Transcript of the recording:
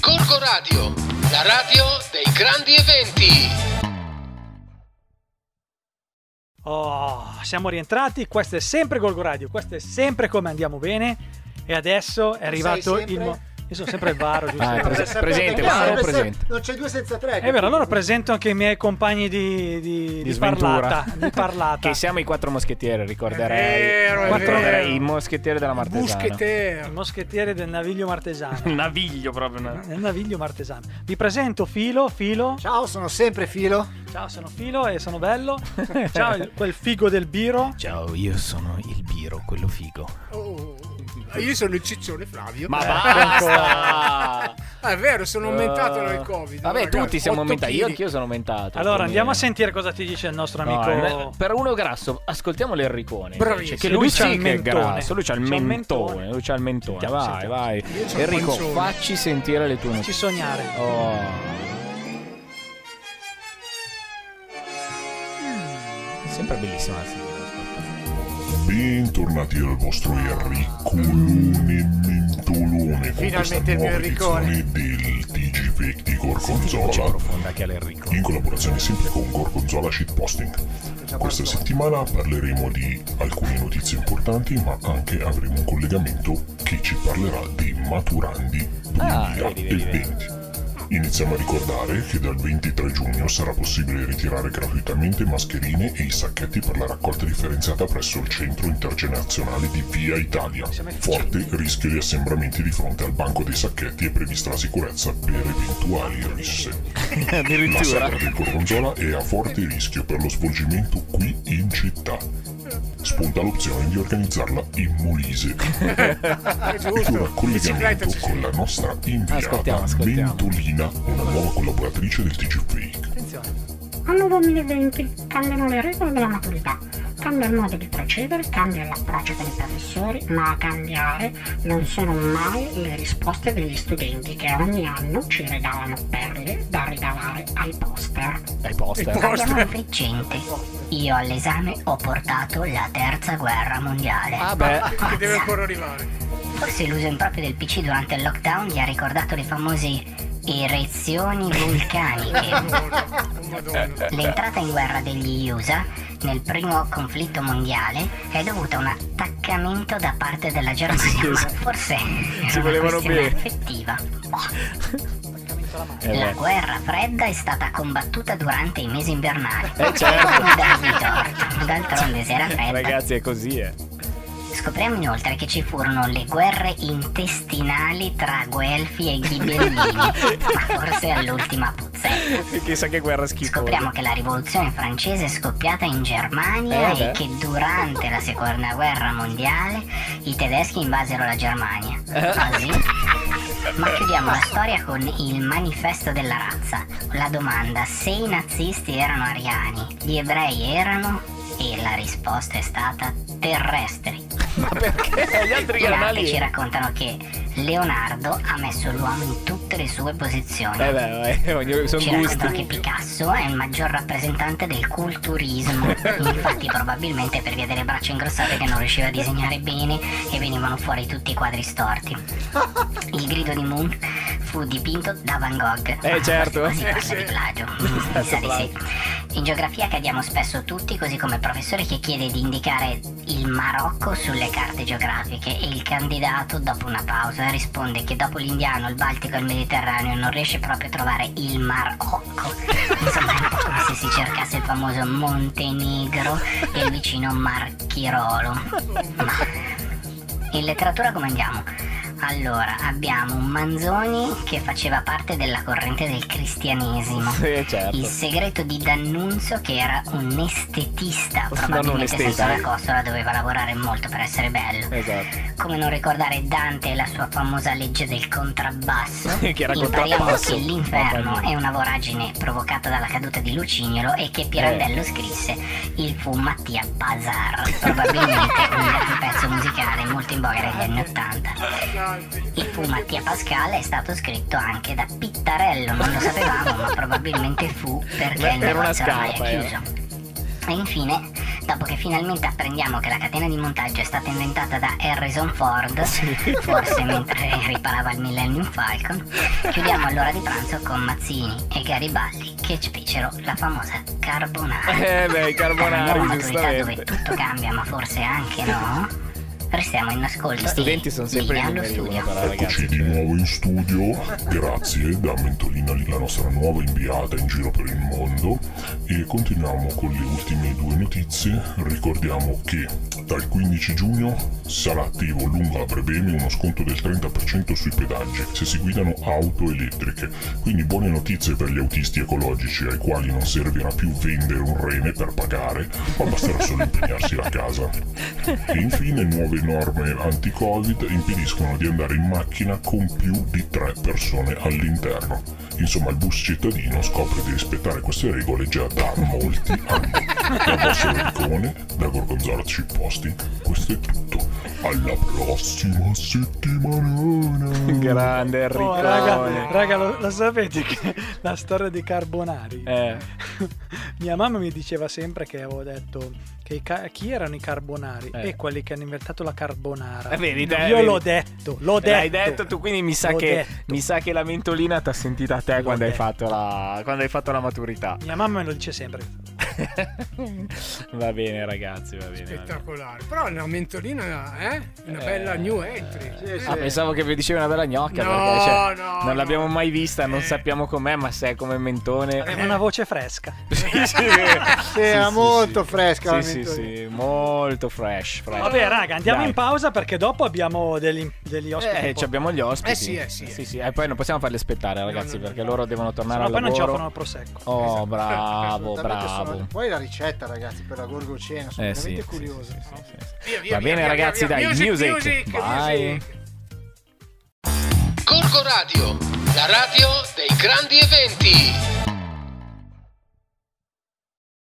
Gorgo Radio, la radio dei grandi eventi. Oh, siamo rientrati, questo è sempre Golgo Radio, questo è sempre come andiamo bene e adesso è arrivato sempre? il mo- Io sono sempre il varo, giusto? Ah, è pres- Sapete, presente, non Mauro, serve se- presente. Non c'è due senza tre. È vero, allora presento anche i miei compagni di, di, di sventura. parlata. Di parlata. Che siamo i quattro moschettieri, ricorderei. È vero, è ricorderei vero. i moschettieri della Martesana. Il Muschetero. moschettiere del naviglio martesano. Un naviglio proprio. una- Del naviglio martesano. Vi presento Filo, Filo. Ciao, sono sempre Filo. Ciao, sono Filo e sono bello. Ciao, il- quel figo del biro. Ciao, io sono il Biro, quello figo. Eh. Oh. Io sono il ciccione Flavio. Eh. Ma basta! Ah, è vero, sono aumentato Eh, dal Covid. Vabbè, ragazzi. tutti siamo Otto aumentati. Io chili. anch'io sono aumentato. Allora, come- andiamo a sentire cosa ti dice il nostro No, amico. eh, per uno grasso, ascoltiamo l'Enricone. cioè, Bravissimo. Che lui, Lui sì c'ha il che è mentone. grasso, lui c'ha il C'ha il mentone. mentone. Lui c'ha il mentone. Sentiamo, vai, sentiamo. vai. c'ho il Enrico, pancione. facci sentire le tue Ci notizie. sognare. Oh. Mm. Sempre bellissima. Bentornati dal vostro Enriccolone Mentolone con Finalmente questa il mio nuova Enricone. edizione del TG Fake di Gorgonzola profonda che ha l'Enrico. in collaborazione sempre con Gorgonzola Shitposting. Questa settimana parleremo di alcune notizie importanti ma anche avremo un collegamento che ci parlerà di Maturandi Ah, vedi, vedi, 2020. Iniziamo a ricordare che dal 23 giugno sarà possibile ritirare gratuitamente mascherine e i sacchetti per la raccolta differenziata presso il centro intergenerazionale di Via Italia. Forte rischio di assembramenti di fronte al banco dei sacchetti e prevista la sicurezza per eventuali risse. La Addirittura. sagra del Gorgonzola è a forte rischio per lo svolgimento qui in città. Spunta l'opzione di organizzarla in Molise. Ah, Ed ora giusto. Bicicletta collegamento ci con la nostra Ascoltiamo, inviata ascoltiamo. Mentolina, una nuova collaboratrice del TG Fake. Anno 2020 cambiano le regole della maturità, cambia il modo di procedere, cambia l'approccio con i professori, ma a cambiare non sono mai le risposte degli studenti che ogni anno ci regalano perle da regalare ai poster. Dai, poster. Parliamo di Vicente. Io all'esame ho portato la terza guerra mondiale. Ah, beh. Che deve ancora arrivare. Forse l'uso improprio del PC durante il lockdown gli ha ricordato le famose erezioni vulcaniche. Oh, Eh. Madonna. L'entrata in guerra degli USA nel primo conflitto mondiale è dovuta a un attaccamento da parte della Germania, ma forse Si è una volevano questione bene. affettiva. Eh, La beh. guerra fredda è stata combattuta durante i mesi invernali. Eh, certo. Non dargli torto, d'altronde se era eh, fredda. Ragazzi, è così, eh. Scopriamo inoltre che ci furono le guerre intestinali tra Guelfi e Ghibellini, ma forse all'ultima puzzetta. Chissà che guerra schifosa. Scopriamo che la rivoluzione francese è scoppiata in Eh, Germania vabbè. e che durante la seconda guerra mondiale i tedeschi invasero la Germania. Eh. Così? Ma chiudiamo la storia con il manifesto della razza. La domanda se i nazisti erano ariani, gli ebrei erano? E la risposta è stata terrestri. Ma perché? Gli altri In arte canali. ci Eh, raccontano che Leonardo ha messo l'uomo in tutte le sue posizioni. Eh, beh, vabbè, ognuno- Ci sono raccontano che gusti. Picasso è il maggior rappresentante del culturismo, infatti probabilmente per via delle braccia ingrossate che non riusciva a disegnare bene e venivano fuori tutti i quadri storti. Il grido di Moon fu dipinto da Van Gogh. Eh, certo. Ma Si parla di plagio. Mi sa di sì. In geografia cadiamo spesso tutti, così come il professore che chiede di indicare il Marocco sulle carte geografiche e il candidato, dopo una pausa, risponde che dopo l'Indiano, il Baltico e il Mediterraneo non riesce proprio a trovare il Marocco. Insomma, è un po' come se si cercasse il famoso Montenegro e il vicino Marchirolo. Ma in letteratura come andiamo? Allora, abbiamo un Manzoni che faceva parte della corrente del cristianesimo. Sì, Il certo. segreto di D'Annunzio che era un estetista, non un probabilmente esteta, senza eh. la costola doveva lavorare molto per essere bello. Esatto. Come non ricordare Dante e la sua famosa legge del contrabbasso? Che era Impariamo contrabbasso. che l'inferno Mamma mia. è una voragine provocata dalla caduta di Lucignolo e che Pirandello Eh. scrisse il fu Mattia Bazar, probabilmente un grande pezzo musicale molto in voga negli anni Ottanta. Il fu Mattia Pascal è stato scritto anche da Pittarello, non lo sapevamo, ma probabilmente fu perché Beh, il era una eh. negozio ormai scarpa, è era. chiuso. E infine dopo che finalmente apprendiamo che la catena di montaggio è stata inventata da Harrison Ford, forse mentre riparava il Millennium Falcon, chiudiamo all'ora di pranzo con Mazzini e Garibaldi che ci fecero la famosa carbonara. Eh beh, i Una nuova carbonari, maturità dove giustamente. tutto cambia, ma forse anche no? Restiamo in ascolto. Gli studenti sono sempre Linea i allo numeri uno, però, studio. Eccoci ragazzi. di nuovo in studio, grazie da Mentolina, la nostra nuova inviata in giro per il mondo e continuiamo con le ultime due notizie. Ricordiamo che dal 15 giugno sarà attivo lungo a Brebemi uno sconto del 30% sui pedaggi se si guidano auto elettriche, quindi buone notizie per gli autisti ecologici ai quali non servirà più vendere un rene per pagare, ma basterà solo impegnarsi la casa. E infine nuove norme anti-Covid impediscono di andare in macchina con più di tre persone all'interno. Insomma, il bus cittadino scopre di rispettare queste regole già da molti anni. Da Bosso Riccone, da Gorgonzola Ciposti, questo è tutto. Alla prossima settimana! Grande Enrico. Oh, raga, raga, lo, lo sapete che la storia dei carbonari? Eh. Mia mamma mi diceva sempre che avevo detto che i ca- chi erano i carbonari Eh. e quelli che hanno inventato la carbonara. Eh, vedi, dai, Io vedi. Eh, l'ho detto, l'ho detto. L'hai detto tu, quindi mi sa, L'ho che, detto. mi sa che la mentolina ti ha sentita a te quando hai, detto. fatto la, quando hai fatto la maturità. Mia mamma me lo dice sempre. va bene, ragazzi, va bene. va bene. Spettacolare. Però la mentolina è una Eh. bella new entry. Sì, sì. Ah, pensavo che vi dicevi una bella gnocca. No, perché, cioè, no, non no. l'abbiamo mai vista, non Eh. sappiamo com'è, ma se è come mentone. Aveva una voce fresca. sì, sì, era molto fresca la Sì, sì, mentolina. sì, molto fresh. fresh. Eh, Vabbè, raga, andiamo Dai. in pausa perché dopo abbiamo degli, degli ospiti. Eh, ci abbiamo gli ospiti. Eh sì, eh sì, eh sì, sì. E poi non possiamo farli aspettare, ragazzi, no, no, perché no. loro devono tornare Sennò poi al non ci lavoro. offrono il prosecco. Oh, Esatto. bravo, Assolutamente sono- bravo. Poi la ricetta, ragazzi, per la gorgocena, sono Eh, sì, veramente sì, curioso. sì, sì, sì, sì. Via, via, Va via, bene, via, ragazzi, via, via. dai, Music, music. music, Bye. music. Corco Radio, la radio dei grandi eventi.